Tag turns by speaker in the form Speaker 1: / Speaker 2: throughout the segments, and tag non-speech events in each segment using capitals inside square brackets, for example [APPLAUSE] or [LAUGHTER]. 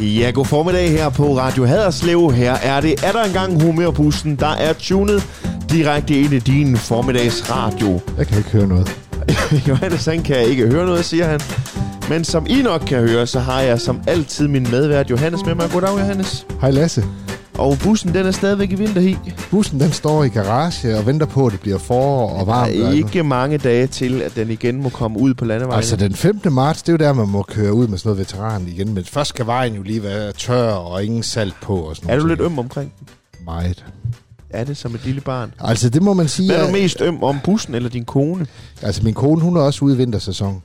Speaker 1: Ja, god formiddag her på Radio Haderslev. Her er det er der engang humørbussen, der er tunet direkte ind i din formiddagsradio. [LAUGHS]
Speaker 2: Jeg kan ikke høre noget.
Speaker 1: Johannes, han kan ikke høre noget, siger han. Men som I nok kan høre, så har jeg som altid min medvært Johannes med mig. Goddag, Johannes.
Speaker 2: Hej Lasse.
Speaker 1: Og bussen, den er stadigvæk i vinterhi.
Speaker 2: Bussen den står i garage og venter på, at det bliver forår og
Speaker 1: Der
Speaker 2: varmt.
Speaker 1: er
Speaker 2: og alt.
Speaker 1: ikke mange dage til, at den igen må komme ud på landevejen.
Speaker 2: Altså den 5. marts, det er jo der, man må køre ud med sådan noget veteran igen. Men først skal vejen jo lige være tør og ingen salt på og sådan
Speaker 1: er du
Speaker 2: noget.
Speaker 1: lidt øm omkring den?
Speaker 2: Meget.
Speaker 1: Er det som et lille barn?
Speaker 2: Altså det må man sige.
Speaker 1: Hvad er
Speaker 2: at-
Speaker 1: du mest øm om, bussen eller din kone?
Speaker 2: Altså min kone, hun er også ude i vintersæson.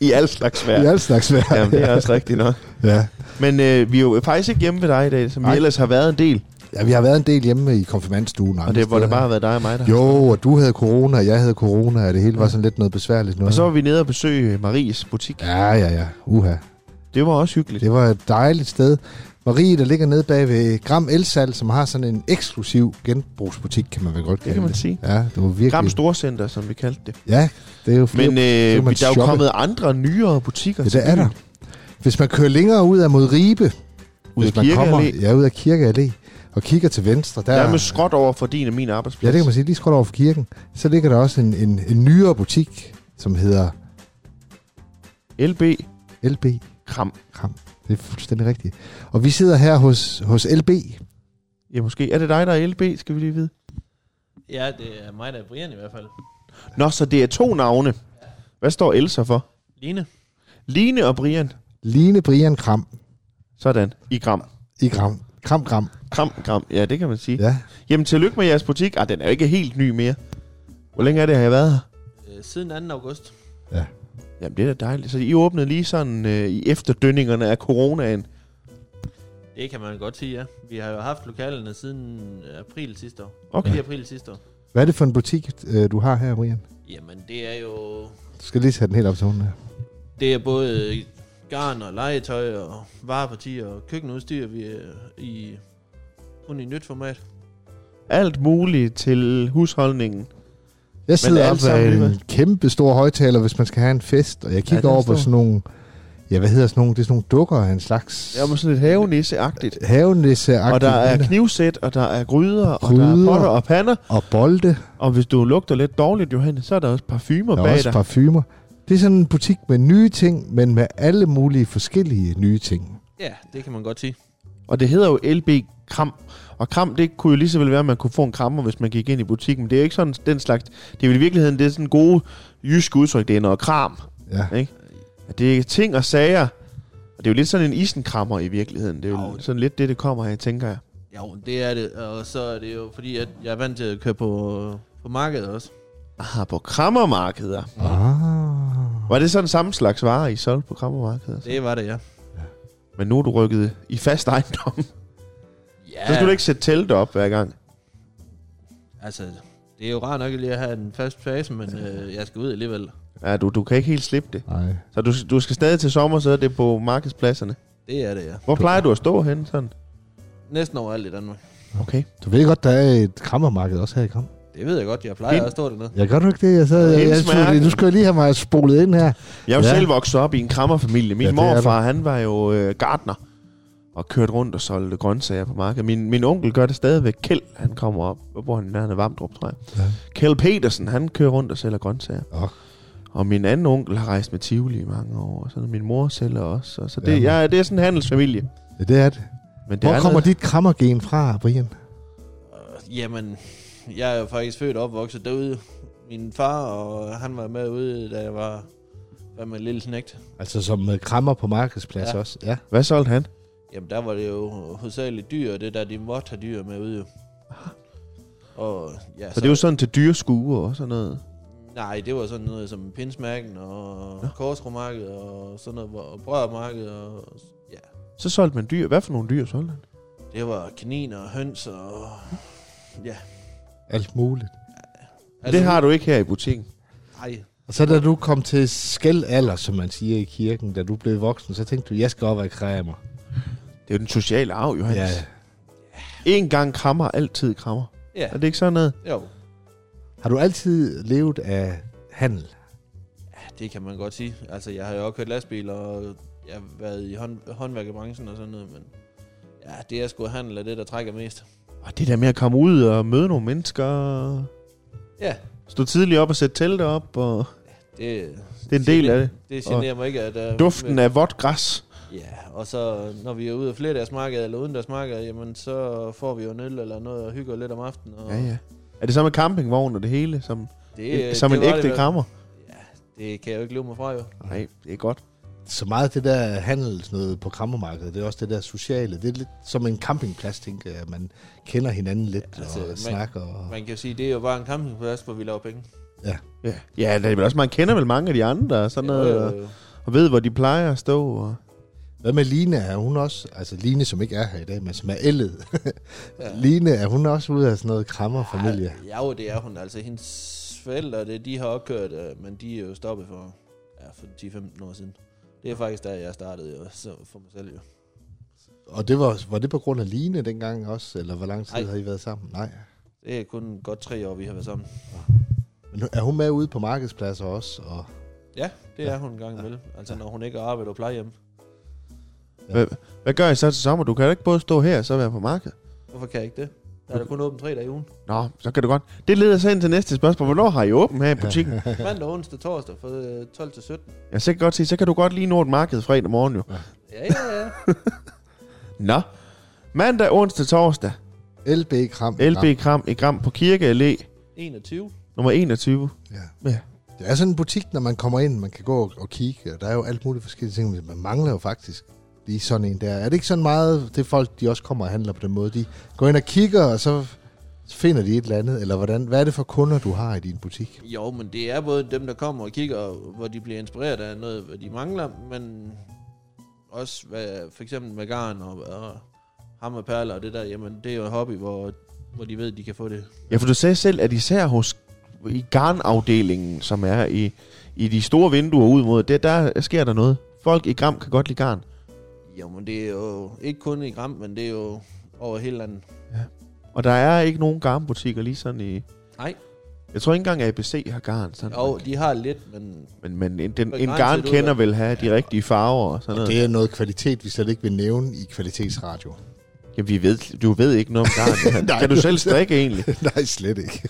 Speaker 1: I al slags
Speaker 2: Ja.
Speaker 1: vejr.
Speaker 2: I alt slags vejr.
Speaker 1: Jamen, det er også rigtigt nok.
Speaker 2: [LAUGHS] ja.
Speaker 1: Men øh, vi er jo faktisk ikke hjemme ved dig i dag, som vi
Speaker 2: Nej.
Speaker 1: ellers har været en del.
Speaker 2: ja. vi har været en del hjemme i konfirmandstuen.
Speaker 1: Og det er, hvor det bare har været dig og mig, der har
Speaker 2: Jo, og du havde corona, og jeg havde corona, og det hele var sådan lidt noget besværligt noget.
Speaker 1: Og så var vi nede og besøge øh, Maries butik.
Speaker 2: Ja, ja, ja. Uha.
Speaker 1: Det var også hyggeligt.
Speaker 2: Det var et dejligt sted. Marie, der ligger nede bag ved Gram Elsal, som har sådan en eksklusiv genbrugsbutik, kan man vel godt
Speaker 1: Det
Speaker 2: kalde
Speaker 1: kan man sige.
Speaker 2: Ja, det var virkelig...
Speaker 1: Gram Storcenter, som vi kaldte det.
Speaker 2: Ja, det er jo flere...
Speaker 1: Men
Speaker 2: Men,
Speaker 1: øh,
Speaker 2: man
Speaker 1: vi- der er jo
Speaker 2: shoppe.
Speaker 1: kommet andre nyere butikker.
Speaker 2: ja,
Speaker 1: til
Speaker 2: det er der.
Speaker 1: byen.
Speaker 2: Hvis man kører længere ud af mod Ribe,
Speaker 1: Ud af
Speaker 2: hvis man kommer,
Speaker 1: Kirkeallé.
Speaker 2: ja, ud af Kirkeallé, og kigger til venstre, der,
Speaker 1: Der er med skråt over for din og min arbejdsplads.
Speaker 2: ja, det kan man sige, lige skråt over for kirken, så ligger der også en, en, en nyere butik, som hedder
Speaker 1: LB
Speaker 2: LB.
Speaker 1: Kram.
Speaker 2: Det er fuldstændig rigtigt. Og vi sidder her hos, hos LB.
Speaker 1: Ja, måske. Er det dig, der er LB, skal vi lige vide.
Speaker 3: Ja, det er mig, der er Brian i hvert fald.
Speaker 1: Nå, så det er to navne. Hvad står Elsa for?
Speaker 3: Line.
Speaker 1: Line og Brian.
Speaker 2: Line Brian Kram
Speaker 1: Sådan. I Gram.
Speaker 2: i Gram. Kram, Gram.
Speaker 1: Kram, Gram. Ja, det kan man sige. Ja.
Speaker 2: Ja.
Speaker 1: Jamen, tillykke med jeres butik. Ah, den er jo ikke helt ny mere. Hvor længe er det, har jeg været her?
Speaker 3: Øh, siden 2. august.
Speaker 1: Jamen, det er da dejligt. Så I åbnede lige sådan øh, i efterdønningerne af coronaen.
Speaker 3: Det kan man godt sige, ja. Vi har jo haft lokalerne siden april sidste år.
Speaker 1: Okay.
Speaker 3: I april sidste år.
Speaker 2: Hvad er det for en butik, øh, du har her, Brian?
Speaker 3: Jamen, det er jo...
Speaker 2: Du skal lige sætte den helt op til hunden her.
Speaker 3: Det er både garn og legetøj og varepartier og køkkenudstyr, vi er i kun i nyt format.
Speaker 1: Alt muligt til husholdningen.
Speaker 2: Jeg
Speaker 1: det
Speaker 2: sidder
Speaker 1: er
Speaker 2: op
Speaker 1: alt sammen
Speaker 2: af en
Speaker 1: alligevel.
Speaker 2: kæmpe stor højtaler, hvis man skal have en fest, og jeg
Speaker 1: den
Speaker 2: kigger
Speaker 1: øh, er
Speaker 2: over
Speaker 1: stor.
Speaker 2: på sådan nogle, ja, hvad hedder sådan nogle, det er sådan nogle dukker af en slags
Speaker 1: Jamen, sådan lidt havenisse-agtigt.
Speaker 2: havenisse
Speaker 1: Og der er knivsæt, og der er gryder, og der er
Speaker 2: Gryder.
Speaker 1: potter og pander.
Speaker 2: og bolde,
Speaker 1: Og hvis du lugter lidt dårligt, Johannes, så er der også parfumer
Speaker 2: der er
Speaker 1: bag
Speaker 2: også
Speaker 1: dig.
Speaker 2: parfumer. Det er sådan en butik med nye ting, men med alle mulige forskellige nye ting.
Speaker 3: Ja, det kan man godt sige.
Speaker 1: Og det hedder jo LB Kram. Og kram, det kunne jo lige så vel være, at man kunne få en krammer, hvis man gik ind i butikken. Men det er jo ikke sådan den slags... Det er jo i virkeligheden, det er sådan gode jyske udtryk. Det er noget kram.
Speaker 2: Ja.
Speaker 1: At Det er ting og sager. Og det er jo lidt sådan en isenkrammer i virkeligheden. Det er jo
Speaker 3: Jo.
Speaker 1: sådan lidt det, det kommer af, tænker jeg.
Speaker 3: Jo, det er det. Og så er det jo fordi, at jeg er vant til at køre på, på markedet også.
Speaker 1: Aha, på krammermarkeder.
Speaker 2: Ah.
Speaker 1: Var det sådan samme slags varer, I solgte på krammermarkeder?
Speaker 3: Det var det, ja.
Speaker 1: Men nu er du rykket i fast ejendom. [LAUGHS]
Speaker 3: Ja.
Speaker 1: Så skal du ikke sætte teltet op hver gang.
Speaker 3: Altså, det er jo rart nok lige at have en fast fase, men øh, jeg skal ud alligevel.
Speaker 1: Ja, du, du kan ikke helt slippe det.
Speaker 2: Nej.
Speaker 1: Så du, du skal stadig til sommer, så er det på markedspladserne.
Speaker 3: Det er det, ja.
Speaker 1: Hvor plejer du at stå henne sådan?
Speaker 3: Næsten overalt i Danmark.
Speaker 1: Okay.
Speaker 2: Du ved godt, der er et krammermarked også her i Kram.
Speaker 3: Det ved jeg godt, jeg plejer
Speaker 1: Fint.
Speaker 3: at stå dernede.
Speaker 2: Jeg gør du ikke det? Jeg sad, jeg,
Speaker 1: Hendes
Speaker 2: jeg, troede,
Speaker 1: mærke.
Speaker 2: det- nu skal jeg lige have mig spolet ind her.
Speaker 1: Jeg er jo
Speaker 2: Ja.
Speaker 1: ja. selv vokset op i en krammerfamilie. Min
Speaker 2: Ja,
Speaker 1: ja,
Speaker 2: det er
Speaker 1: morfar, han var jo øh, gardner og kørte rundt og solgte grøntsager på markedet. Min, min onkel gør det stadigvæk. Kjeld, han kommer op, hvor han er af Vamdrup, tror jeg.
Speaker 2: Ja.
Speaker 1: Ja. Kjeld Petersen, han kører rundt og sælger grøntsager.
Speaker 2: Nå.
Speaker 1: Og min anden onkel har rejst med Tivoli i mange år, og sådan min mor sælger også. Og så det,
Speaker 2: Jamen.
Speaker 1: jeg, det er sådan en handelsfamilie.
Speaker 2: Ja, det er det.
Speaker 1: Men det
Speaker 2: Hvor
Speaker 1: er
Speaker 2: kommer
Speaker 1: noget-
Speaker 2: dit krammergen fra, Brian?
Speaker 3: Øh, Jamen, jeg er jo faktisk født og opvokset derude. Min far, og han var med ude, da jeg var, var med en lille knægt.
Speaker 2: Altså som øh, krammer på markedsplads
Speaker 3: Ja.
Speaker 2: også? Ja.
Speaker 1: Hvad solgte han?
Speaker 3: Jamen, der var det jo hovedsageligt dyr, og det der, de måtte have dyr med ude. jo. Og ja,
Speaker 1: Ah. Så, det er jo
Speaker 2: Altså-
Speaker 1: sådan til dyreskuer og sådan noget.
Speaker 3: Nej, det var sådan noget som pinsmærken og ja. korsromarkedet og sådan noget, hvor- og brødmarkedet og ja,
Speaker 1: Så solgte man dyr. Hvad for nogle dyr solgte han?
Speaker 3: Det var kaniner og høns og...
Speaker 2: Alt muligt.
Speaker 1: Altså, det har du ikke her i butikken.
Speaker 3: Nej,
Speaker 2: Og så da du kom til skældalder, som man siger i kirken, da du blev voksen, så tænkte du, jeg skal op være kræmer.
Speaker 1: Det er jo den sociale arv, Johannes.
Speaker 2: Ja.
Speaker 1: En gang krammer, altid krammer.
Speaker 3: ja,
Speaker 1: Er det ikke sådan noget?
Speaker 3: jo,
Speaker 2: Har du altid levet af handel?
Speaker 3: det kan man godt sige. Altså, jeg har jo også kørt lastbil og jeg har været i hånd, håndværkerbranchen og sådan noget, men ja, det er sgu handel er det, der trækker mest.
Speaker 1: Og det der med at komme ud og møde nogle mennesker.
Speaker 3: Ja,
Speaker 1: Stå tidligt op og sætte teltet op. Og
Speaker 3: det,
Speaker 1: det er en del af det.
Speaker 3: det generer mig ikke, at... øh,
Speaker 1: Duften af vådt græs.
Speaker 3: Ja, og så når vi er ude af flere dags marked eller uden dags marked, jamen så får vi jo en øl eller noget og hygger lidt om aftenen. Og
Speaker 1: Ja, ja. Er det samme med campingvogn og det hele? Som,
Speaker 3: Det,
Speaker 1: det, som en
Speaker 3: det var det
Speaker 1: ægte
Speaker 3: vel.
Speaker 1: krammer?
Speaker 3: Det kan jeg jo ikke løbe mig fra, jo.
Speaker 1: Nej, det er godt.
Speaker 2: Så meget det der handelsnøde på krammermarkedet, det er også det der sociale. Det er lidt som en campingplads, tænker jeg. Man kender hinanden lidt ja, altså,
Speaker 3: altså,
Speaker 2: og
Speaker 3: man-
Speaker 2: snakker. Og...
Speaker 3: Man kan jo sige, det er jo bare en campingplads, hvor vi laver penge.
Speaker 1: Ja, ja det er vel også, man kender vel mange af de andre og sådan noget, og,
Speaker 3: øh,
Speaker 1: og ved, hvor de plejer at stå. Og,
Speaker 2: Hvad med Line? Er hun også... Altså Line, som ikke er her i dag, men som er ældet. ja. [LAUGHS] Line, er hun også ude af sådan noget krammerfamilie?
Speaker 3: Ja, jo, det er hun. Altså, hendes forældre, det, de har opkørt, øh, men de er jo stoppet for, ja, for 10-15 år siden. Det er faktisk der, jeg startede jo, så for mig selv jo.
Speaker 2: Og det var, var det på grund af Line dengang også? Eller hvor lang tid
Speaker 3: Nej.
Speaker 2: har I været sammen? Nej.
Speaker 3: Det er kun godt tre år, vi har været sammen.
Speaker 2: Men nu- er hun med ude på markedspladser også? Og
Speaker 3: Ja, det er hun en gang imellem. Altså, når hun ikke arbejder på plejehjem.
Speaker 1: hvad gør I så til sommer? Du kan da ikke både stå her og så være på markedet.
Speaker 3: Hvorfor kan jeg ikke det? Der er der kun åbent tre dage i [LAUGHS] ugen.
Speaker 1: Nå, så kan du godt. Det leder så ind til næste spørgsmål. Hvornår har I åben her i [LAUGHS] butikken?
Speaker 3: Mandag, onsdag, torsdag fra øh, 12 til 17.
Speaker 1: Jeg så kan godt sige, så kan du godt lige nå et marked fredag morgen jo.
Speaker 3: Ja, ja, ja.
Speaker 1: Nå. Mandag, onsdag, torsdag.
Speaker 2: LB Kram.
Speaker 1: LB Kram i Kram på Kirke Allé,
Speaker 3: 21.
Speaker 1: nummer 21.
Speaker 2: Ja.
Speaker 1: Ja.
Speaker 2: ja. Det er sådan en butik, når man kommer ind, man kan gå og, og kigge, og der er jo alt muligt forskellige ting, men man mangler jo faktisk lige sådan en der. Er det ikke sådan meget, det folk, de også kommer og handler på den måde? De går ind og kigger, og så finder de et eller andet, eller hvordan, hvad er det for kunder, du har i din butik?
Speaker 3: Jo, men det er både dem, der kommer og kigger, hvor de bliver inspireret af noget, hvad de mangler, men også hvad, for eksempel med garn og, og ham og perler og det der, jamen det er jo en hobby, hvor, hvor de ved, de kan få det.
Speaker 1: Ja, for du sagde selv, at især hos i garnafdelingen, som er i, i de store vinduer ud mod, det, der sker der noget. Folk i Gram kan godt lide garn.
Speaker 3: Jo, men det er jo ikke kun i Gram, men det er jo over hele landet.
Speaker 1: Og der er ikke nogen garnbutikker lige sådan i...
Speaker 3: Nej.
Speaker 1: Jeg tror ikke engang, at ABC har garn. Sådan.
Speaker 3: Jo, de har lidt, men
Speaker 1: Men, men en, den, en
Speaker 3: Begrænset
Speaker 1: garn
Speaker 3: udvalg.
Speaker 1: kender vil have de rigtige farver og sådan
Speaker 2: Og
Speaker 1: noget.
Speaker 2: det er noget kvalitet, vi slet ikke vil nævne i kvalitetsradio. [LAUGHS]
Speaker 1: Ja, vi ved, du ved ikke noget om garn. Johan.
Speaker 2: Nej.
Speaker 1: kan du selv strikke egentlig?
Speaker 2: Nej, slet ikke.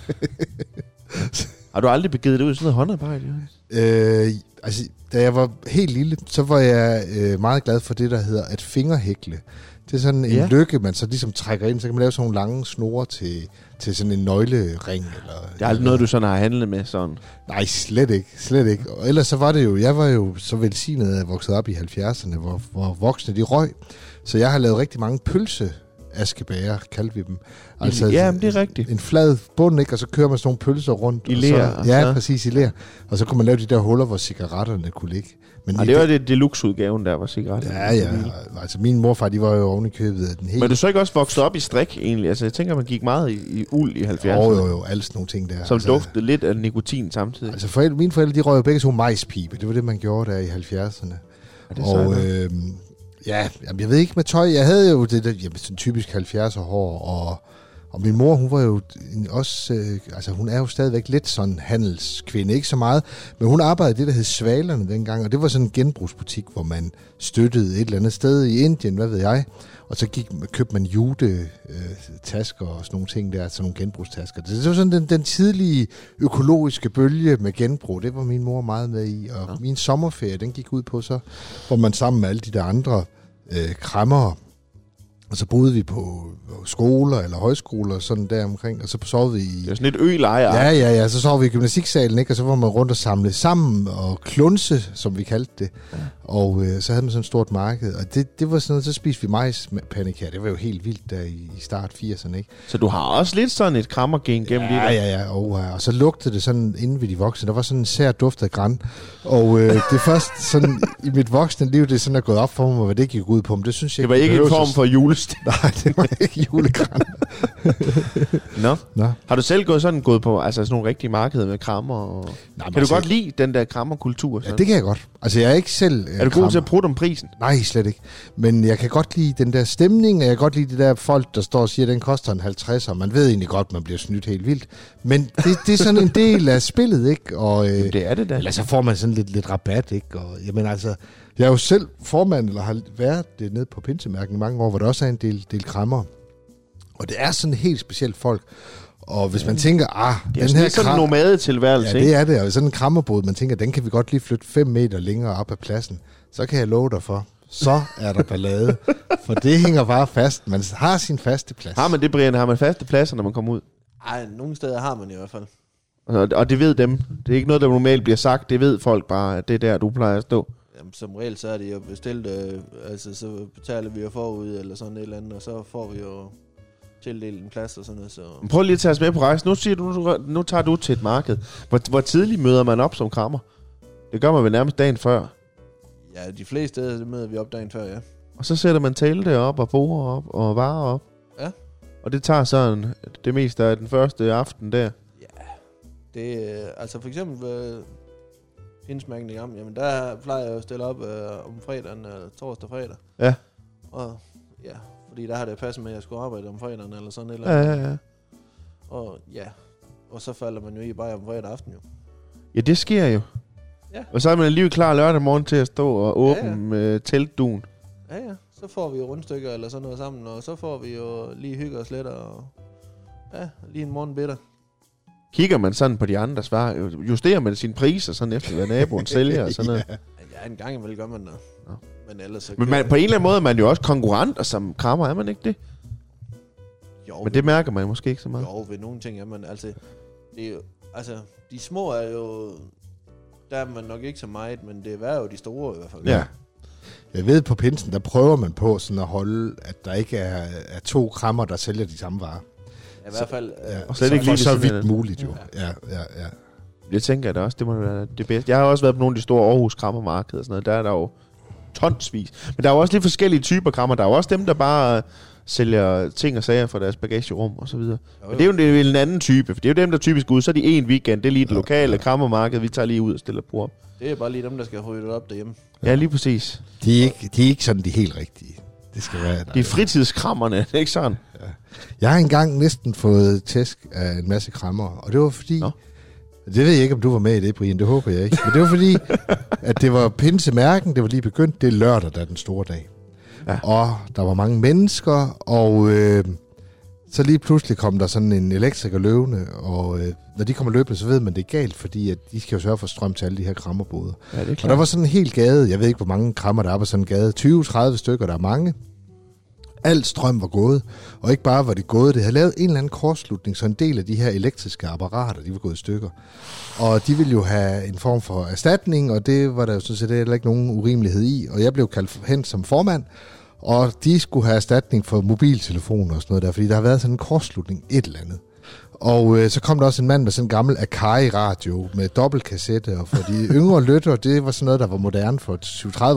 Speaker 1: Har du aldrig begivet dig ud i sådan noget håndarbejde? Johan?
Speaker 2: Øh, altså, da jeg var helt lille, så var jeg øh, meget glad for det, der hedder at fingerhækle. Det er sådan en
Speaker 1: Ja.
Speaker 2: ja. lykke, man så ligesom trækker ind, så kan man lave sådan nogle lange snore til, til sådan en nøglering. Eller,
Speaker 1: Det er aldrig noget, du sådan har handlet med sådan.
Speaker 2: Nej, slet ikke, slet ikke. Og ellers så var det jo, jeg var jo så velsignet, at jeg voksede op i 70'erne, hvor, hvor voksne de røg. Så jeg har lavet rigtig mange pølse askebæger, kaldte vi dem. Altså,
Speaker 1: ja, men det er rigtigt.
Speaker 2: en flad bund, ikke? Og så kører man sådan nogle pølser rundt.
Speaker 1: I
Speaker 2: og
Speaker 1: ler, altså. og
Speaker 2: Så, ja,
Speaker 1: så-
Speaker 2: præcis, i ler. Og så kunne man lave de der huller, hvor cigaretterne kunne ligge. Men
Speaker 1: Og
Speaker 2: i
Speaker 1: det var
Speaker 2: dag-
Speaker 1: det deluxe-udgaven, der var cigaretter.
Speaker 2: Ja, ja. Altså, min morfar, de var jo oven i købet af den
Speaker 1: Men er
Speaker 2: helt...
Speaker 1: du så ikke også vokset op i strik egentlig? Altså, jeg tænker, man gik meget i, i uld i 70'erne,
Speaker 2: Jo, jo, jo, alle sådan nogle ting der.
Speaker 1: som
Speaker 2: altså,
Speaker 1: duftede lidt af nikotin samtidig.
Speaker 2: Altså, forældre, mine forældre, de røg jo begge to majspibe. Det var det, man gjorde der i 70'erne.
Speaker 1: Er det
Speaker 2: og
Speaker 1: sejt,
Speaker 2: øh, ja, jamen, jeg ved ikke med tøj. Jeg havde jo det der, jamen, sådan typisk 70'er hår, og, og min mor, hun var jo en- også, øh, altså hun er jo stadigvæk lidt sådan handelskvinde, ikke så meget, men hun arbejdede i det, der hed Svalerne dengang, og det var sådan en genbrugsbutik, hvor man støttede et eller andet sted i Indien, hvad ved jeg, og så gik, købte man jute øh, tasker og sådan nogle ting der, sådan nogle genbrugstasker. Det, det var sådan den, den tidlige økologiske bølge med genbrug, det var min mor meget med i, og ja. min sommerferie, den gik ud på så, hvor man sammen med alle de der andre øh, krammer, og så boede vi på skoler eller højskoler, sådan der omkring, og så sov vi i
Speaker 1: det er sådan lidt ølejer.
Speaker 2: Ja, ja, ja. Så sov vi i gymnastiksalen, ikke? Og så var man rundt og samle sammen og klunse, som vi kaldte det. Ja. Og øh, så havde man sådan et stort marked. Og det, det var sådan noget, så spiste vi majspanikær. Det var jo helt vildt der i, i start 80'erne, ikke?
Speaker 1: Så du har også lidt sådan et krammergen gennem
Speaker 2: Ja,
Speaker 1: det der.
Speaker 2: ja, ja. Og, øh, og så lugtede det sådan inden ved de voksne. Der var sådan en sær duft af græn. Og øh, det er først sådan i mit voksne liv, det er sådan der er gået op for mig, hvad det gik ud på. Men det synes jeg
Speaker 1: Det var ikke en
Speaker 2: behøves
Speaker 1: form
Speaker 2: at-
Speaker 1: for julestil.
Speaker 2: [LAUGHS] Nej, det var
Speaker 1: [LAUGHS]
Speaker 2: ikke julegræn.
Speaker 1: Nå.
Speaker 2: Nå.
Speaker 1: Har du selv gået sådan gået på altså sådan nogle rigtige markeder med krammer? Og...
Speaker 2: Nej, men
Speaker 1: kan du
Speaker 2: altså-
Speaker 1: godt lide den der krammerkultur?
Speaker 2: Ja,
Speaker 1: Sådan?
Speaker 2: det kan jeg godt. Altså, jeg er ikke selv... øh,
Speaker 1: er du god til
Speaker 2: krammer.
Speaker 1: at prutte om prisen?
Speaker 2: Nej, slet ikke. Men jeg kan godt lide den der stemning, og jeg kan godt lide det der folk, der står og siger, at den koster en 50, og man ved egentlig godt, man bliver snydt helt vildt. Men det, det er sådan en del af spillet, ikke? Og, øh,
Speaker 1: Det er det da.
Speaker 2: eller så får man sådan lidt, lidt rabat, ikke? Og, jamen altså, Jeg er jo selv formand, eller har været det nede på pinsemærken i mange år, hvor der også er en del, del krammer. Og det er sådan helt specielt folk. Og hvis man tænker, ah,
Speaker 1: Det er
Speaker 2: den
Speaker 1: sådan,
Speaker 2: her
Speaker 1: lidt sådan en
Speaker 2: kram-
Speaker 1: nomadetilværelse,
Speaker 2: Ja,
Speaker 1: ikke?
Speaker 2: det er det. Og sådan en krammerbod, man tænker, den kan vi godt lige flytte 5 meter længere op ad pladsen. Så kan jeg love dig for, så er der
Speaker 1: [LAUGHS]
Speaker 2: ballade. for det hænger bare fast. Man har sin faste plads.
Speaker 1: Har man det, Brian? Har man faste pladser, når man kommer ud?
Speaker 3: Ej, nogle steder har man i hvert fald.
Speaker 1: Og og det ved dem. Det er ikke noget, der normalt bliver sagt. Det ved folk bare, at det er der, du plejer at stå.
Speaker 3: Jamen, som regel, så er det jo bestilt, øh, altså så betaler vi jo forud eller sådan et eller andet, og så får vi jo tildelt en plads og sådan noget, så...
Speaker 1: Men Prøv lige at tage os med på rejsen. Nu, siger du, nu- nu tager du til et marked. Hvor, hvor tidligt møder man op som krammer? Det gør man vel nærmest dagen før.
Speaker 3: Ja, de fleste steder det møder vi op dagen før, ja.
Speaker 1: Og så sætter man telte op og borer op og varer op.
Speaker 3: Ja.
Speaker 1: Og det tager sådan det meste af den første aften der.
Speaker 3: Det, øh, altså for eksempel øh, pindsmærken i gang, jamen der plejer jeg jo at stille op øh, om fredagen, øh, torsdag og fredag.
Speaker 1: Ja.
Speaker 3: Og ja, fordi der har det passet med, at jeg skulle arbejde om fredagen eller sådan et eller
Speaker 1: Ja,
Speaker 3: andet.
Speaker 1: ja, ja.
Speaker 3: Og ja, og så falder man jo i bare om fredag aften jo.
Speaker 1: Ja, det sker jo.
Speaker 3: Ja.
Speaker 1: Og så er man lige klar lørdag morgen til at stå og
Speaker 3: Ja, ja.
Speaker 1: åbne ja, ja. teltduen.
Speaker 3: Ja, ja. Så får vi jo rundstykker eller sådan noget sammen, og så får vi jo lige hygge os lidt, og ja, lige en morgenbitter.
Speaker 1: Kigger man sådan på de andre svar, justerer man sine priser sådan efter, hvad naboen sælger og sådan noget. ja.
Speaker 3: Ja, en gang imellem gør man det.
Speaker 1: Nå.
Speaker 3: Men ellers så...
Speaker 1: Men man, på en eller anden måde er man jo også konkurrenter som krammer, er man ikke det?
Speaker 3: jo,
Speaker 1: Men det mærker man måske ikke så meget.
Speaker 3: Jo, ved nogle ting er man, altså, det er jo, altså, de små er jo, der er man nok ikke så meget, men det er værre jo de store i hvert fald.
Speaker 1: Ja.
Speaker 2: Jeg ved på pinsen, der prøver man på sådan at holde, at der ikke er, er to krammer, der sælger de samme varer.
Speaker 3: I hvert fald, øh, ja.
Speaker 1: Og slet ikke
Speaker 2: for
Speaker 1: lige ved
Speaker 2: så
Speaker 1: siden af
Speaker 2: vidt
Speaker 1: den.
Speaker 2: muligt jo. Ja, ja, ja.
Speaker 1: Jeg tænker da også, det må være det bedste. Jeg har også været på nogle af de store Aarhus krammermarkeder og sådan noget. Der er der jo tonsvis. Men der er jo også lidt forskellige typer krammer. Der er jo også dem, der bare øh, sælger ting og sager fra deres bagagerum og så videre. Men det er jo en, det er vel en anden type, for det er jo dem, der typisk er ude. Så er de en weekend, det er lige det lokale krammermarked, vi tager lige ud og stiller på op.
Speaker 3: det er bare lige dem, der skal rydde det op derhjemme.
Speaker 1: Ja, lige præcis.
Speaker 2: De, er ikke, de er ikke sådan de helt rigtige. Det skal være...
Speaker 1: Det er fritidskrammerne, det er [LAUGHS] ikke sådan?
Speaker 2: Jeg har engang næsten fået tæsk af en masse krammer, og det var fordi...
Speaker 1: Nå.
Speaker 2: Nå. Det ved jeg ikke, om du var med i det, Brian. Det håber jeg ikke. Men det var
Speaker 1: [LAUGHS]
Speaker 2: fordi, at det var pinsemærken, det var lige begyndt. Det er lørdag, der er den store dag.
Speaker 1: Ja.
Speaker 2: Ja. Og der var mange mennesker, og øh, så lige pludselig kom der sådan en elektriker løvende, og øh, når de kommer løbende, så ved man, det er galt, fordi at de skal jo sørge for strøm til alle de her krammerboder.
Speaker 1: Ja, det er
Speaker 2: Og der var sådan en hel gade, jeg ved ikke, hvor mange krammer der er på sådan en gade, 20-30 stykker, der er mange. Alt strøm var gået, og ikke bare var det gået, det havde lavet en eller anden kortslutning, så en del af de her elektriske apparater, de var gået i stykker. Og de ville jo have en form for erstatning, og det var der jo sådan set heller ikke nogen urimelighed i, og jeg blev kaldt hen som formand, og de skulle have erstatning for mobiltelefoner og sådan noget der, fordi der har været sådan en kortslutning et eller andet. Og øh, så kom der også en mand med sådan en gammel Akai-radio med dobbeltkassette, og for de yngre lytter, det var sådan noget, der var moderne for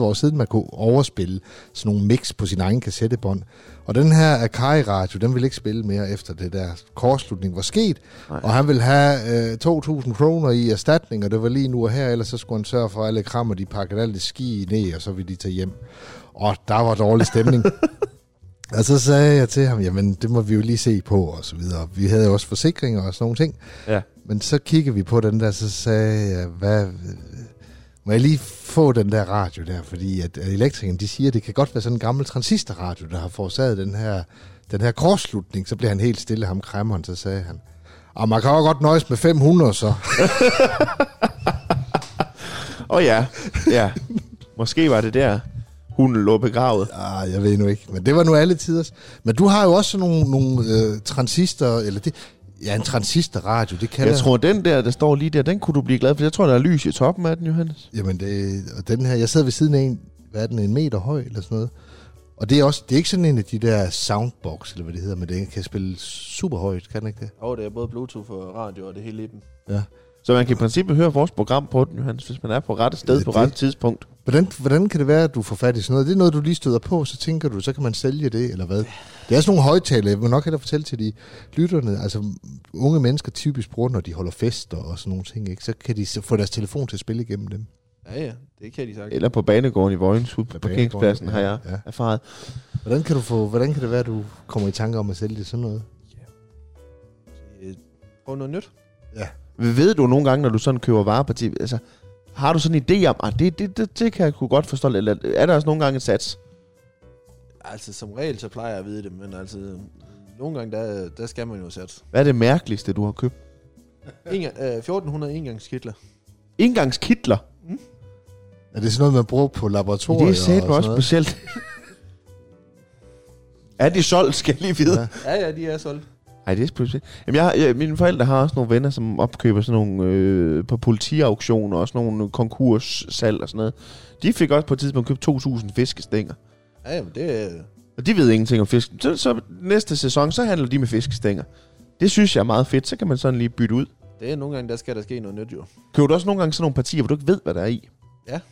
Speaker 2: 20-30 år siden, man kunne overspille sådan nogle mix på sin egen kassettebånd. Og den her Akai-radio, den ville ikke spille mere efter det der kortslutning var sket,
Speaker 1: Nej.
Speaker 2: Nej. og han ville have øh, 2.000 kroner i erstatning, og det var lige nu og her, ellers så skulle han sørge for, at alle krammer, de pakkede alt det ski ned, og så ville de tage hjem. Og der var dårlig stemning. Og så sagde jeg til ham, jamen det må vi jo lige se på og så videre. Vi havde jo også forsikringer og sådan nogle ting.
Speaker 1: Ja.
Speaker 2: Men så kiggede vi på den der, så sagde jeg, hvad, må jeg lige få den der radio der? Fordi at elektrikeren, de siger, at det kan godt være sådan en gammel transistorradio, der har forårsaget den her, den her kortslutning. Så blev han helt stille, ham kræmmeren, så sagde han, og man kan jo godt nøjes med 500 så.
Speaker 1: Åh oh, ja, ja. Måske var det der, hunden lå begravet.
Speaker 2: Ah, jeg ved nu ikke, men det var nu alle tiders. Men du har jo også sådan nogle, nogle øh, transistor, eller det, ja, en transistorradio, det kan
Speaker 1: Jeg tror, den der, der står lige der, den kunne du blive glad for. Jeg tror, der er lys i toppen af den, Johannes.
Speaker 2: Jamen, det, og den her, jeg sidder ved siden af en, hvad er den, en meter høj eller sådan noget. Og det er, også, det er ikke sådan en af de der soundbox, eller hvad det hedder, men den kan spille super højt, kan den ikke det?
Speaker 3: Og det er både bluetooth og radio og det hele i dem.
Speaker 2: Ja.
Speaker 1: Så man kan i princippet høre vores program på den, Johannes, hvis man er på rette sted
Speaker 2: Ja,
Speaker 1: på
Speaker 2: det-
Speaker 1: rette tidspunkt.
Speaker 2: Hvordan, hvordan kan det være, at du får fat i sådan noget? Det er noget, du lige støder på, så tænker du, så kan man sælge det, eller hvad? Det er sådan nogle højtaler, jeg vil nok hellere fortælle til de lytterne. Altså, unge mennesker typisk bruger, når de holder fester og sådan nogle ting, ikke? Så kan de så få deres telefon til at spille igennem dem.
Speaker 3: Ja, ja, det kan de sagt.
Speaker 1: Eller på banegården i Vojens, ude på
Speaker 2: Ja,
Speaker 1: parkeringspladsen, har jeg
Speaker 2: banegården, ja,
Speaker 1: ja.
Speaker 2: ja.
Speaker 1: erfaret.
Speaker 2: Hvordan kan, du få, hvordan kan det være, at du kommer i tanke om at sælge det sådan noget?
Speaker 3: Øh, Prøv noget nyt.
Speaker 1: Ved du nogle gange, når du sådan køber varer på tv, altså, Har du sådan en idé om, at det, det, det, det kan jeg kunne godt forstå, eller er der også nogle gange et sats?
Speaker 3: Altså, som regel, så plejer jeg at vide det, men altså, nogle gange, der, der skal man jo sætte.
Speaker 1: Hvad er det mærkeligste, du har købt?
Speaker 3: En, øh, 1400 engangskitler.
Speaker 1: Engangskitler.
Speaker 2: Er det sådan noget, man bruger på laboratorier?
Speaker 1: Det er sæt
Speaker 2: og
Speaker 1: også
Speaker 2: sådan [LAUGHS]
Speaker 1: specielt. er de solgt, skal jeg lige vide.
Speaker 2: Ja.
Speaker 3: Ja, ja, de er solgt.
Speaker 1: Ej, det er pludselig. Jamen, jeg, har- jeg, mine forældre har også nogle venner, som opkøber sådan nogle øh, på politiauktioner og sådan nogle konkurssalg og sådan noget. De fik også på et tidspunkt købt 2.000 fiskestænger.
Speaker 3: Ja, jamen, det er...
Speaker 1: Og de ved ingenting om fisk. Så, så næste sæson, så handler de med fiskestænger. Det synes jeg er meget fedt. Så kan man sådan lige bytte ud.
Speaker 3: Det er nogle gange, der skal der ske noget nyt, jo.
Speaker 1: Køber du også nogle gange sådan nogle partier, hvor du ikke ved, hvad der er i?
Speaker 2: Det,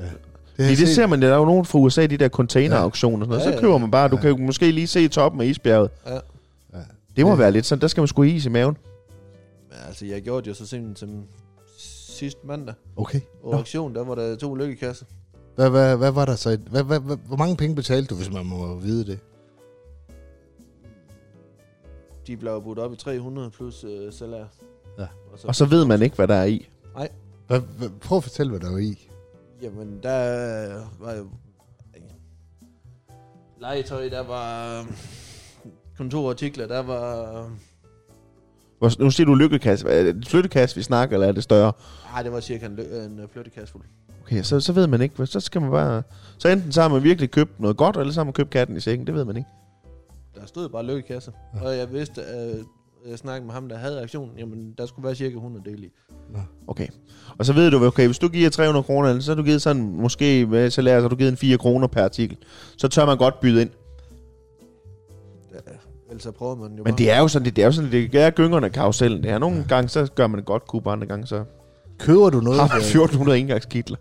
Speaker 2: har
Speaker 1: Fordi
Speaker 2: jeg
Speaker 1: det
Speaker 2: set.
Speaker 1: ser man, der er jo nogen fra USA, de der containerauktioner og sådan noget.
Speaker 3: Ja,
Speaker 1: Så
Speaker 3: ja,
Speaker 1: køber man bare, du
Speaker 2: Ja.
Speaker 1: kan jo måske lige se toppen af isbjerget.
Speaker 2: Ja.
Speaker 1: Det må
Speaker 2: Ja.
Speaker 1: være lidt sådan, der skal man sgu have is i maven.
Speaker 3: Men altså, jeg gjorde det jo så simpelthen som sidste mandag.
Speaker 2: Okay.
Speaker 3: Og auktion, der var der to lykkekasser.
Speaker 2: Hvad, hvad, hvad var der så? i- Hvad, hvad, hvad, hvor mange penge betalte du, hvis man må vide det?
Speaker 3: De blev budt op i 300 plus øh, salær.
Speaker 2: Ja.
Speaker 3: Og så,
Speaker 1: Og så ved man ikke, hvad der er i.
Speaker 2: Hvad, hvad, prøv at fortælle, hvad der var i.
Speaker 3: Jamen, der øh, var jo... Legetøj, der var... øh, Kontorartikler, der var... øh,
Speaker 1: Hvor- Nu siger du lykkekasse. Er det en flyttekasse, vi snakker, eller er det større?
Speaker 3: Nej, det var cirka en, lø- en øh, flyttekasse fuld.
Speaker 1: Okay, så, så ved man ikke. hvad- Så skal man bare... Så enten så har man virkelig købt noget godt, eller så har man købt katten i sækken. Det ved man ikke.
Speaker 3: Der stod bare lykkekasse. Ja. Og jeg vidste, at jeg snakkede med ham, der havde aktionen. Jamen, der skulle være cirka 100 dele i.
Speaker 1: Okay. Og så ved du, okay, hvis du giver 300 kroner, så har du givet sådan, måske med salær, så har du givet en 4 kroner per artikel. Så tør man godt byde ind.
Speaker 3: Ja, ellers så prøver altså, man jo
Speaker 1: Men det er jo sådan, det, det er jo sådan, det er gyngerne af karusellen. Det er nogle gange, så gør man det godt kub, andre gange, så
Speaker 2: Køber du noget?
Speaker 1: har man
Speaker 2: øh,
Speaker 1: 1400 engangskitler.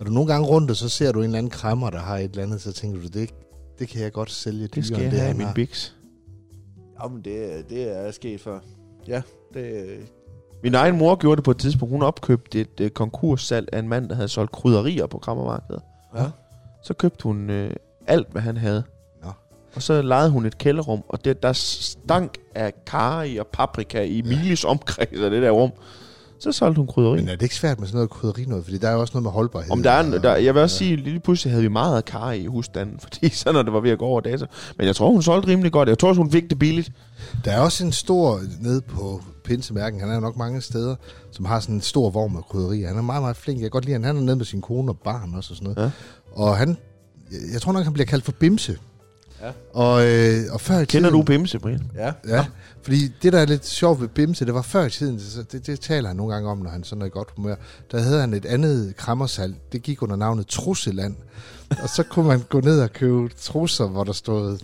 Speaker 2: Er du nogle gange rundt, og så ser du en eller anden krammer, der har et eller andet, så tænker du, det, det kan jeg godt sælge
Speaker 1: Det skal
Speaker 2: dyrere,
Speaker 1: jeg
Speaker 2: end det,
Speaker 1: have i
Speaker 2: han
Speaker 1: min
Speaker 2: har.
Speaker 1: biks.
Speaker 3: Jamen, det, det er sket før. Ja, det...
Speaker 1: Min egen mor gjorde det på et tidspunkt. Hun opkøbte et øh, konkurssalg af en mand, der havde solgt krydderier på krammermarkedet.
Speaker 3: Ja.
Speaker 1: Så købte hun øh, alt, hvad han havde.
Speaker 2: Nå.
Speaker 1: Og så lejede hun et kælderrum, og det, der stank af karri og paprika i miles omkreds af det der rum. Så solgte hun krydderier.
Speaker 2: Men er det ikke svært med sådan noget krydderi noget? Fordi der er jo også noget med holdbarhed. Altså,
Speaker 1: Om der er en,
Speaker 2: og-
Speaker 1: der, jeg vil også sige, lige pludselig havde vi meget af karri i husstanden, [LAUGHS] fordi så når det var ved at gå over data. Men jeg tror, hun solgte rimelig godt. Jeg tror også, hun fik det billigt.
Speaker 2: Der er også en stor, nede på Pinsemærken, han er nok mange steder, som har sådan en stor vogn med krydderier. Han er meget, meget flink. Jeg kan godt lide, at han er nede med sin kone og barn også og sådan noget. Ja. Og han, jeg- jeg tror nok, han bliver kaldt for Bimse.
Speaker 3: Ja.
Speaker 2: Og, øh, og før i
Speaker 1: Kender
Speaker 2: tiden,
Speaker 1: du Bimse, Brian?
Speaker 3: Ja.
Speaker 2: Ja, fordi det, der er lidt sjovt ved Bimse, det var før i tiden, så det, det taler han nogle gange om, når han sådan er i godt humør. Der havde han et andet krammersal, det gik under navnet Trusseland. Og så kunne man gå ned og købe trusser, hvor der stod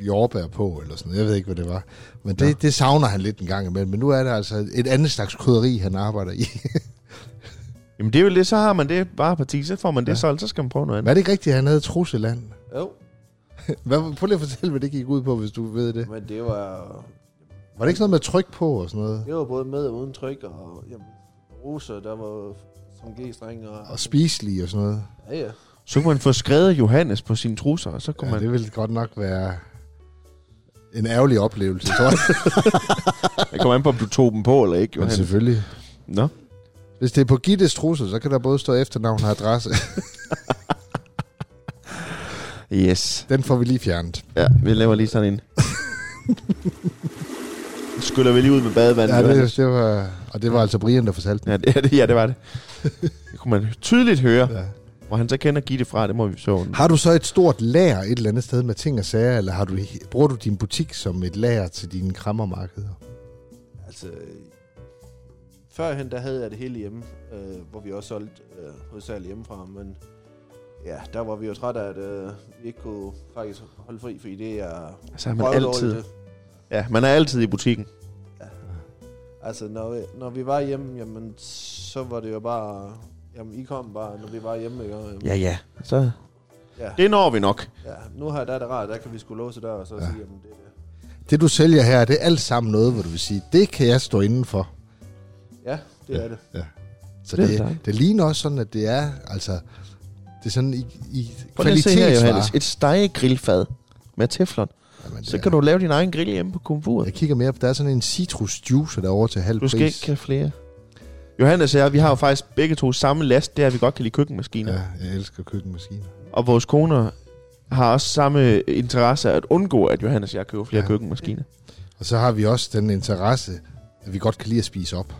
Speaker 2: jordbær på, eller sådan noget. Jeg ved ikke, hvad det var. Men det,
Speaker 1: Nå.
Speaker 2: det savner han lidt en gang imellem. Men nu er det altså et andet slags krydderi, han arbejder i.
Speaker 1: Jamen det er jo det, så har man det bare parti, så får man det
Speaker 2: Ja.
Speaker 1: solgt, så skal man prøve noget andet.
Speaker 2: Var det ikke rigtigt, at han havde Trusseland?
Speaker 3: Jo,
Speaker 2: Hvad, prøv lige at fortælle, hvad det gik ud på, hvis du ved det.
Speaker 3: men det var...
Speaker 2: Var det ikke sådan noget med tryk på og sådan noget?
Speaker 3: Det var både med og uden tryk, og jamen, roser, der var som G-streng, og,
Speaker 2: Og spiselige og sådan noget?
Speaker 3: ja, ja.
Speaker 1: Så kunne man få skrevet Johannes på sine trusser, og så kunne
Speaker 2: Ja,
Speaker 1: man...
Speaker 2: det ville godt nok være en ærgerlig oplevelse, tror
Speaker 1: [LAUGHS]
Speaker 2: jeg.
Speaker 1: Det kommer an på, om du tog dem på eller ikke,
Speaker 2: Men
Speaker 1: Johannes.
Speaker 2: selvfølgelig.
Speaker 1: Nå.
Speaker 2: Hvis det er på Gittes trussel, så kan der både stå efternavn og adresse. [LAUGHS]
Speaker 1: Yes.
Speaker 2: Den får vi lige fjernet.
Speaker 1: Ja, vi laver lige sådan en... Nu [LAUGHS] Skyller vi lige ud med badevandet,
Speaker 2: Ja,
Speaker 1: Johannes.
Speaker 2: det, det var, og det var altså Brian, der fortalte den.
Speaker 1: Ja, det, [LAUGHS] ja, det, ja, det var det. Det kunne man tydeligt høre.
Speaker 2: Ja.
Speaker 1: Hvor han så kender Gitte fra, det må vi så...
Speaker 2: Har du så et stort lager et eller andet sted med ting og sager, eller har du, bruger du din butik som et lager til dine krammermarkeder?
Speaker 3: Altså, førhen, der havde jeg det hele hjemme, øh, hvor vi også solgte øh, hovedsageligt hjemmefra, men ja, der var vi jo trætte af, at øh, vi ikke kunne faktisk holde fri, fordi det er
Speaker 1: Så er man
Speaker 3: røvdårligt.
Speaker 1: altid... Ja, man er altid i butikken.
Speaker 3: Altså, når vi, når vi var hjemme, jamen, så var det jo bare... Jamen, I kom bare, når vi var hjemme, ikke? Og,
Speaker 1: Ja, ja. Så...
Speaker 3: ja.
Speaker 1: Det når vi nok.
Speaker 3: Ja, nu her der er det rart, der kan vi skulle låse der og så
Speaker 2: Ja.
Speaker 3: ja. sige, jamen det er...
Speaker 2: Det, du sælger her, det er alt sammen noget, hvor du vil sige, det kan jeg stå indenfor.
Speaker 3: Ja, det ja. er det.
Speaker 2: Så
Speaker 1: Det er
Speaker 2: det, det,
Speaker 1: dejligt.
Speaker 2: det ligner også sådan, at det er, altså, det er sådan i, i
Speaker 1: Prøv lige at se her,
Speaker 2: kvalitetsvarer.
Speaker 1: Johannes. Et stegegrillfad med teflon.
Speaker 2: Jamen, det
Speaker 1: Så
Speaker 2: er-
Speaker 1: kan du lave din egen grill hjemme på komfuret.
Speaker 2: Jeg kigger mere på, der er sådan en citrusjuicer derovre til halv
Speaker 1: Du skal
Speaker 2: pris.
Speaker 1: ikke have flere. Johannes og jeg, vi har jo faktisk begge to samme last, det er, at vi godt kan lide køkkenmaskiner. Ja.
Speaker 2: Ja, jeg elsker køkkenmaskiner.
Speaker 1: Og vores koner har også samme interesse at undgå, at Johannes og jeg køber flere
Speaker 2: Ja.
Speaker 1: ja. køkkenmaskiner.
Speaker 2: Og så har vi også den interesse, at vi godt kan lide at spise op.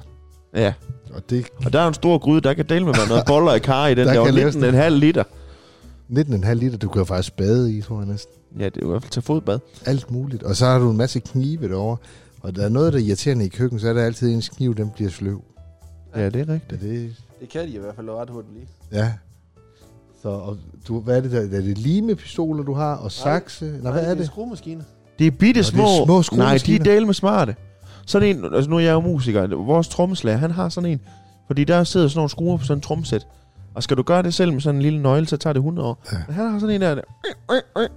Speaker 1: Ja,
Speaker 2: Og det
Speaker 1: og der er en stor gryde, der kan dele med
Speaker 2: [LAUGHS]
Speaker 1: mig noget boller i kar i den
Speaker 2: Der
Speaker 1: der, der
Speaker 2: kan laves
Speaker 1: og en halv liter.
Speaker 2: er 19,5 liter, du kan jo faktisk bade i, tror jeg næsten.
Speaker 1: Ja, det er jo i hvert fald til fodbad.
Speaker 2: Alt muligt. Og så har du en masse knive derovre. Og der er noget, der er irriterende i køkkenet, så er der altid ens kniv, den bliver sløv.
Speaker 1: Ja, det er rigtigt.
Speaker 2: Det, det,
Speaker 3: Det kan de i hvert fald ret hurtigt lige.
Speaker 2: ja. Så og du, hvad er det der? Er det limepistoler, du har? Og sakse? Nej, hvad er
Speaker 3: Det er
Speaker 2: det?
Speaker 3: skruemaskine.
Speaker 1: Det er bitte
Speaker 2: Nå,
Speaker 1: små,
Speaker 2: det
Speaker 1: Nej, de er
Speaker 2: er små skruemaskiner.
Speaker 1: dele med smarte. Sådan en, altså nu er jeg jo musiker, vores trommeslager, han har sådan en, fordi der sidder sådan nogle skruer på sådan en tromsæt. Og skal du gøre det selv med sådan en lille nøgle, så tager det 100 år.
Speaker 2: Ja.
Speaker 1: Ja. Men han har sådan en der,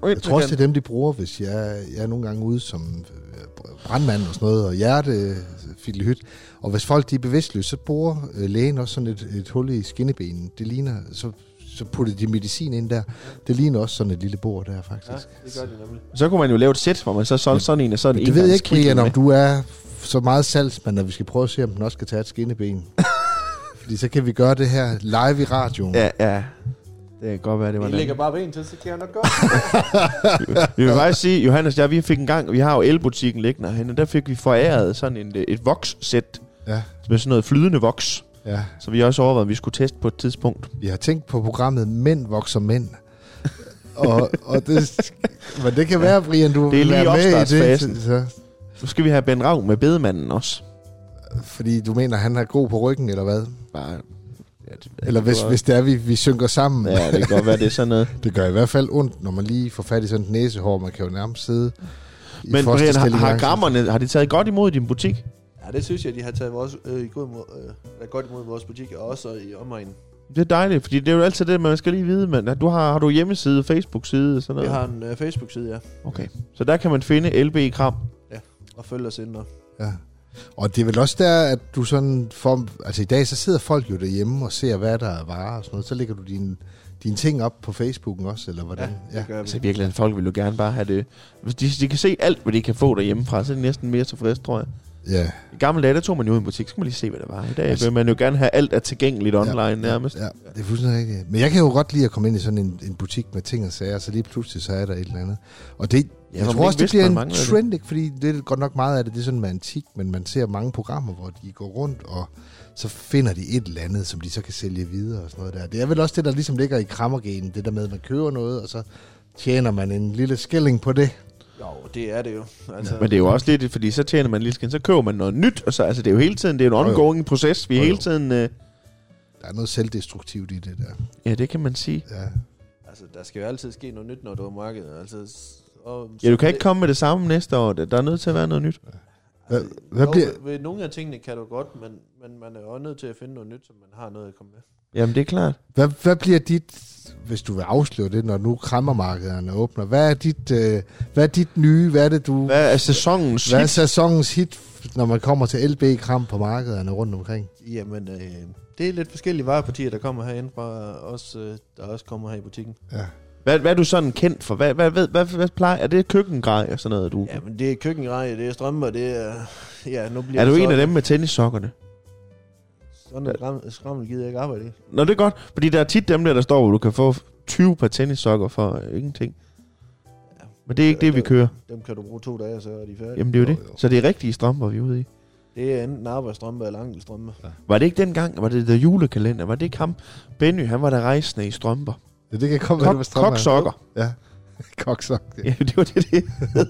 Speaker 2: Jeg tror også, det er dem, de bruger, hvis jeg, jeg er nogle gange ude som øh, brandmand og sådan noget, og øh, hjertefiddelhyt. Og hvis folk de er bevidstløse, så bruger øh, lægen også sådan et, et hul i skinnebenet. Det ligner, så, så putter de medicin ind der. Det ligner også sådan et lille bord der,
Speaker 3: Ja,
Speaker 2: faktisk.
Speaker 3: det gør de nemlig.
Speaker 1: Så kunne man jo lave et sæt, hvor man så solgte sådan en og sådan
Speaker 2: Men
Speaker 1: en.
Speaker 2: det ved jeg ikke,
Speaker 1: engangskittel
Speaker 2: Brian, om
Speaker 1: med.
Speaker 2: du er så meget salgsmand, at vi skal prøve at se, om den også skal tage et [LAUGHS] skinneben. Fordi så kan vi gøre det her live i radioen.
Speaker 1: Ja, ja. Det kan godt være, det var
Speaker 3: Jeg
Speaker 1: en
Speaker 3: lægger bare ben til, så kan jeg nok gøre
Speaker 1: Vi vil faktisk sige, Johannes, ja, vi fik en gang, vi har jo elbutikken liggende herinde, og der fik vi foræret sådan en, øh, et vokssæt
Speaker 2: Ja.
Speaker 1: med sådan noget flydende voks,
Speaker 2: ja.
Speaker 1: så vi har også overvejede, om vi skulle teste på et tidspunkt.
Speaker 2: Vi har tænkt på programmet Mænd vokser mænd. og, og det, men det kan være, Brian, du
Speaker 1: Det er
Speaker 2: vil
Speaker 1: lige
Speaker 2: være med i det.
Speaker 1: opstartsfasen.
Speaker 2: til- Så,
Speaker 1: Nu skal vi have Ben Rav med bedemanden også.
Speaker 2: fordi du mener, han er god på ryggen, eller hvad?
Speaker 1: Bare, ja, det,
Speaker 2: Eller hvis, hvis det er, vi, vi synker sammen. Ja.
Speaker 1: Ja, det kan godt være, det er sådan noget.
Speaker 2: Det gør [LAUGHS] i hvert fald ondt, når man lige får fat i sådan et næsehår. Man kan jo nærmest sidde i
Speaker 1: Men Brian, har,
Speaker 2: fosterstilling
Speaker 1: har
Speaker 2: langsomt.
Speaker 1: grammerne, har de taget godt imod i din butik?
Speaker 3: Ja, det synes jeg, de har taget vores, øh, i god imod, øh, eller godt imod vores butik, og også i omegnen.
Speaker 1: Det er dejligt, fordi det er jo altid det, man skal lige vide, men du har, har du hjemmeside, Facebook-side og sådan
Speaker 3: Vi
Speaker 1: noget?
Speaker 3: har en øh, Facebook-side, ja,
Speaker 1: Okay, så der kan man finde LB Kram.
Speaker 3: og følg os ind der.
Speaker 2: Ja. Og det er vel også der, at du sådan får... Altså i dag, så sidder folk jo derhjemme og ser, hvad der er varer og sådan noget. Så lægger du dine, dine ting op på Facebooken også, eller hvordan?
Speaker 3: Ja, det gør vi.
Speaker 1: Altså i virkeligheden, folk vil jo gerne bare have det. Hvis de, de kan se alt, hvad de kan få derhjemmefra, så er de næsten mere tilfredse, tror jeg.
Speaker 2: ja.
Speaker 1: I gamle dage, der tog man jo ud i en butik, så kunne man lige se, hvad der var. I dag
Speaker 2: Altså-
Speaker 1: altså, vil man jo gerne have alt er tilgængeligt online
Speaker 2: ja,
Speaker 1: ja, nærmest.
Speaker 2: Ja, det er fuldstændig rigtigt. Men jeg kan jo godt lide at komme ind i sådan en, en butik med ting og sager, så lige pludselig så er der et eller andet. Og det, ja, jeg
Speaker 1: hvor
Speaker 2: tror
Speaker 1: man
Speaker 2: også,
Speaker 1: ikke
Speaker 2: det
Speaker 1: vidste,
Speaker 2: bliver
Speaker 1: man
Speaker 2: en
Speaker 1: manglede det.
Speaker 2: trend, ikke? fordi det er godt nok meget af det, det er sådan med antik, men man ser mange programmer, hvor de går rundt, og så finder de et eller andet, som de så kan sælge videre og sådan noget der. Det er vel også det, der ligesom ligger i krammergenen, det der med, at man køber noget, og så tjener man en lille skilling på det.
Speaker 3: Jo, det er det jo. Altså,
Speaker 1: Men det er jo også lidt, fordi så tjener man lige skin, så køber man noget nyt, og så altså, det er jo hele tiden, det er jo en
Speaker 2: Jo, jo.
Speaker 1: ongoing proces. Vi er
Speaker 2: Jo, jo.
Speaker 1: hele tiden, øh,
Speaker 2: Der er noget selvdestruktivt i det der.
Speaker 1: ja, det kan man sige.
Speaker 2: Ja.
Speaker 3: altså, der skal jo altid ske noget nyt, når du er i markedet. Altså, s- og,
Speaker 1: Ja, du kan
Speaker 3: det-
Speaker 1: ikke komme med det samme næste år. Der der er nødt til at være noget nyt.
Speaker 2: Hvad,
Speaker 3: altså,
Speaker 2: hvad
Speaker 3: jo,
Speaker 2: bliver...
Speaker 3: ved- Ved nogle af tingene kan du godt, men, men man er jo også nødt til at finde noget nyt, som man har noget at komme med.
Speaker 1: Jamen, det er klart.
Speaker 2: Hvad, hvad bliver dit, hvis du vil afsløre det, når nu krammermarkederne åbner, hvad er dit, øh, hvad er dit nye, hvad er det du, hvad,
Speaker 1: Hvad er sæsonens
Speaker 2: hvad er
Speaker 1: hit?
Speaker 2: sæsonens hit, når man kommer til LB-kram på markederne rundt omkring?
Speaker 3: Jamen, øh, det er lidt forskellige varepartier, der kommer herinde fra os, øh, der også kommer her i butikken.
Speaker 2: Ja.
Speaker 1: Hvad, hvad er du sådan kendt for? Hvad, hvad, hvad, hvad, hvad plejer? Er det køkkengrej og sådan noget, du? Ja,
Speaker 3: Jamen, det er køkkenreje, det er strømper, det er... Ja, nu bliver
Speaker 1: er du
Speaker 3: det
Speaker 1: en af
Speaker 3: sådan-
Speaker 1: dem med tennissokkerne?
Speaker 3: Sådan et ram- skrammel gider jeg ikke arbejde i.
Speaker 1: Nå, det er godt, fordi der er tit dem der, der står, hvor du kan få 20 par tennissokker for øh, ingenting.
Speaker 3: Ja.
Speaker 1: Men det er ikke det, vi kører.
Speaker 3: Dem kan du bruge to dage, så er de færdige.
Speaker 1: Jamen, det er jo
Speaker 2: Jo,
Speaker 1: det.
Speaker 2: jo.
Speaker 1: Så det er rigtige strømper, vi er ude i.
Speaker 3: Det er enten arbejdsstrømpe eller ankelstrømpe.
Speaker 1: Var det ikke dengang, var det der julekalender? Var det ikke ham? Benny, han var der rejsende i strømper.
Speaker 2: Ja, det kan komme,
Speaker 1: Kok, koksokker.
Speaker 2: Ja, koksok. Ja.
Speaker 1: Ja, det var det, det hed.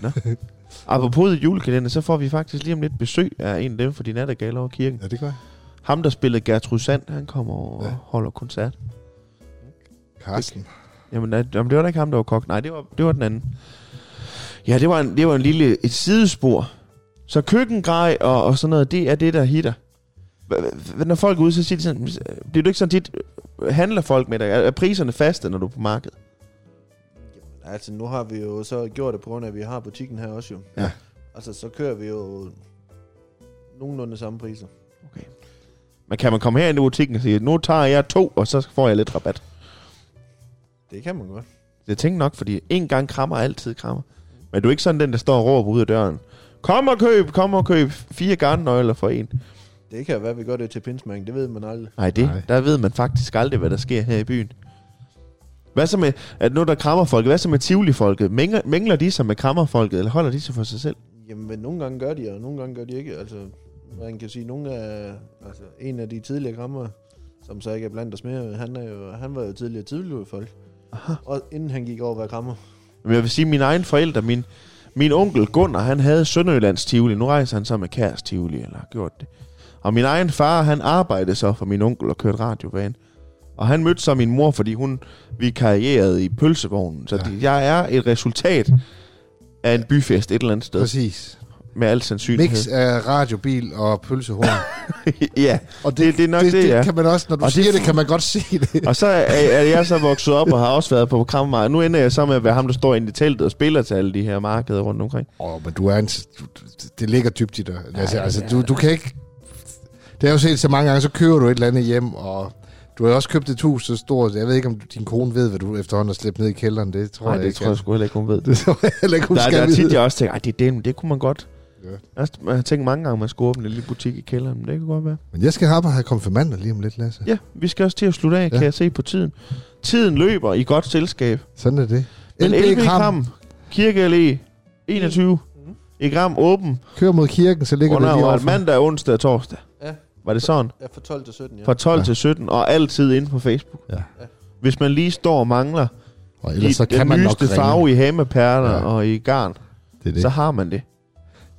Speaker 1: Nå. Apropos julekalender, så får vi faktisk lige om lidt besøg af en af dem fra de nattergale over kirken.
Speaker 2: ja, det gør jeg.
Speaker 1: Ham, der spillede Gertrud Sand, han kommer og
Speaker 2: Ja.
Speaker 1: ja. holder koncert.
Speaker 2: Karsten.
Speaker 1: Jamen, nej, jamen, det var da ikke ham, der var kok. Nej, det var, det var den anden. Ja, det var en, det var en lille et sidespor. Så køkkengrej og, og sådan noget, det er det, der hitter. Hva- hva- Når folk er ude, så siger de sådan, bliver du ikke sådan tit, øh, handler folk med dig? Er er priserne faste, når du er på markedet?
Speaker 3: Jamen, altså, nu har vi jo så gjort det på grund af, at vi har butikken her også jo.
Speaker 2: Ja.
Speaker 3: Altså, så kører vi jo nogenlunde samme priser.
Speaker 1: Men kan man komme herind i butikken og sige, nu tager jeg to, og så får jeg lidt rabat?
Speaker 3: Det kan man godt.
Speaker 1: Jeg tænker nok, fordi en gang krammer, altid krammer. Men du er ikke sådan den, der står og råber ud af døren. Kom og køb, kom og køb. Fire garnnøgler for en.
Speaker 3: Det kan være, vi gør det til pinsmæring. Det ved man aldrig.
Speaker 1: Nej, det,
Speaker 2: Nej.
Speaker 1: Nej. der ved man faktisk aldrig, hvad der sker her i byen. Hvad så med, at nu der krammer folket, hvad så med Tivoli-folket? Mængler, mængler de sig med krammerfolket, eller holder de sig for sig selv?
Speaker 3: Jamen, men nogle gange gør de, og nogle gange gør de ikke. Altså, man kan sige, nogle af, altså, en af de tidligere krammer, som så ikke er blandt os mere, han, er jo, han var jo tidligere tidligere folk. Og inden han gik over at være krammer.
Speaker 1: Men jeg vil sige, at mine egne forældre, min, min onkel Gunnar, han havde Sønderjyllands Tivoli. Nu rejser han så med Kærs Tivoli, eller har gjort det. Og min egen far, han arbejdede så for min onkel og kørte radiovan. Og han mødte så min mor, fordi hun vi karrierede i pølsevognen. Så
Speaker 2: Ja.
Speaker 1: ja. jeg er et resultat af en byfest et eller andet sted,
Speaker 2: Præcis.
Speaker 1: med al sandsynlighed.
Speaker 2: Mix af radiobil og pølsehorn.
Speaker 1: ja, [LAUGHS]
Speaker 2: Og
Speaker 1: Det- det er nok
Speaker 2: det,
Speaker 1: det, ja.
Speaker 2: kan man også, når du
Speaker 1: Og det-
Speaker 2: siger det, kan man godt se det.
Speaker 1: og så er, er jeg så vokset op og har også været på krammermarked. Nu ender jeg så med at være ham, der står inde i teltet og spiller til alle de her markeder rundt omkring.
Speaker 2: Åh, oh, men du er en... Du, det ligger dybt i dig. Altså, altså du, du kan ikke... Det er jo set så mange gange, så køber du et eller andet hjem, og du har jo også købt et hus så stort. Jeg ved ikke, om din kone ved, hvad du efterhånden har slæbt ned i kælderen. Det tror
Speaker 1: Nej,
Speaker 2: jeg
Speaker 1: det
Speaker 2: ikke.
Speaker 1: tror jeg sgu heller ikke, hun ved.
Speaker 2: [LAUGHS] det tror jeg heller ikke, hun
Speaker 1: Der,
Speaker 2: skal
Speaker 1: der er
Speaker 2: vide.
Speaker 1: tit, jeg også tænker, "Ej, det, det, det kunne man godt.
Speaker 2: Ja.
Speaker 1: Ja. Jeg har også- jeg har tænkt mange gange, at man skulle åbne en lille butik i kælderen, men det kan godt være.
Speaker 2: Men jeg skal have, have konfirmander lige om lidt, Lasse.
Speaker 1: Ja, vi skal også til at slutte af, ja.
Speaker 2: Ja.
Speaker 1: kan jeg se på tiden. Tiden løber i godt selskab.
Speaker 2: Sådan er det.
Speaker 1: Men LB
Speaker 2: Kram.
Speaker 1: Kram, Kirke Allé, 21.
Speaker 3: Mhm.
Speaker 1: I Gram åben,
Speaker 2: Kør mod kirken, så ligger det lige
Speaker 1: under
Speaker 2: overfor.
Speaker 1: mandag, onsdag og torsdag.
Speaker 3: Ja,
Speaker 1: Var det sådan?
Speaker 3: ja fra 12 til 17, ja.
Speaker 1: Fra 12
Speaker 2: Ja.
Speaker 1: ja. til 17, og altid inde på Facebook.
Speaker 2: Ja.
Speaker 3: Ja.
Speaker 1: Hvis man lige står og mangler
Speaker 2: Og
Speaker 1: i
Speaker 2: ellers så kan
Speaker 1: den
Speaker 2: man nok
Speaker 1: nyeste
Speaker 2: ringe.
Speaker 1: farve i hæmmeperler
Speaker 2: Ja.
Speaker 1: ja. og i garn,
Speaker 2: Det er det.
Speaker 1: så har man det.
Speaker 2: det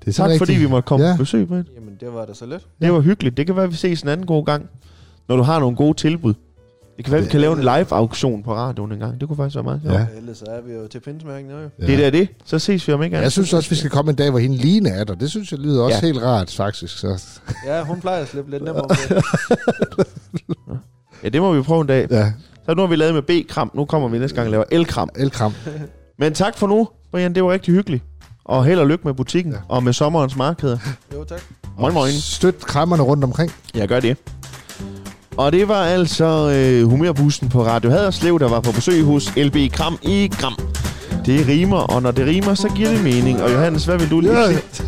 Speaker 2: er
Speaker 1: Tak
Speaker 2: sådan
Speaker 1: fordi
Speaker 2: rigtigt.
Speaker 1: vi måtte komme
Speaker 2: Ja.
Speaker 1: ja. på besøg, Brian.
Speaker 3: Jamen, det var da så let.
Speaker 1: Det var hyggeligt. Det kan være, vi ses en anden god gang, når du har nogle gode tilbud. Det kan være, vi
Speaker 2: Det-
Speaker 1: kan lave en live-auktion på radioen en gang. Det kunne faktisk være meget sjovt.
Speaker 2: Ja.
Speaker 1: Ja.
Speaker 3: Ellers så er vi jo til pinsmæringen, jo.
Speaker 2: Ja.
Speaker 1: Det der er det. Så ses vi om ikke
Speaker 2: Ja,
Speaker 1: andet.
Speaker 2: Jeg synes også, vi skal komme en dag, hvor hende Line er der. Det synes jeg lyder også
Speaker 1: Ja.
Speaker 2: helt rart, faktisk. Så,
Speaker 3: Ja, hun plejer at slippe lidt nemmere. med.
Speaker 1: Ja, det må vi prøve en dag.
Speaker 2: ja,
Speaker 1: Så nu har vi lavet med B-kram. Nu kommer vi næste gang og laver L-kram.
Speaker 2: elkram.
Speaker 1: Men tak for nu, Brian. Det var rigtig hyggeligt. Og held og lykke med butikken
Speaker 2: Ja.
Speaker 1: ja. og med sommerens markeder.
Speaker 3: Jo, tak.
Speaker 1: Moin, moin.
Speaker 2: Støt krammerne rundt omkring.
Speaker 1: Jeg gør det. Og det var altså øh, humørbussen på Radio Haderslev, der var på besøg hos LB Kram i Gram. Det rimer, og når det rimer, så giver det mening. Og Johannes, hvad vil du lige
Speaker 2: Ja.
Speaker 1: sige?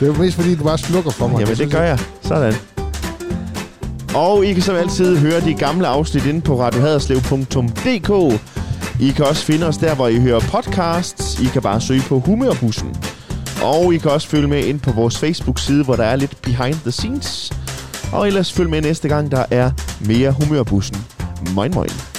Speaker 2: Det er jo mest, fordi du bare slukker for mig.
Speaker 1: Jamen, det
Speaker 2: synes
Speaker 1: gør jeg. Sådan. Og I kan som altid høre de gamle afsnit inde på radiohaderslev.dk. I kan også finde os der, hvor I hører podcasts. I kan bare søge på Humørbussen. Og I kan også følge med ind på vores Facebook-side, hvor der er lidt behind the scenes. Og ellers følg med næste gang, der er mere Humørbussen. Moin, moin.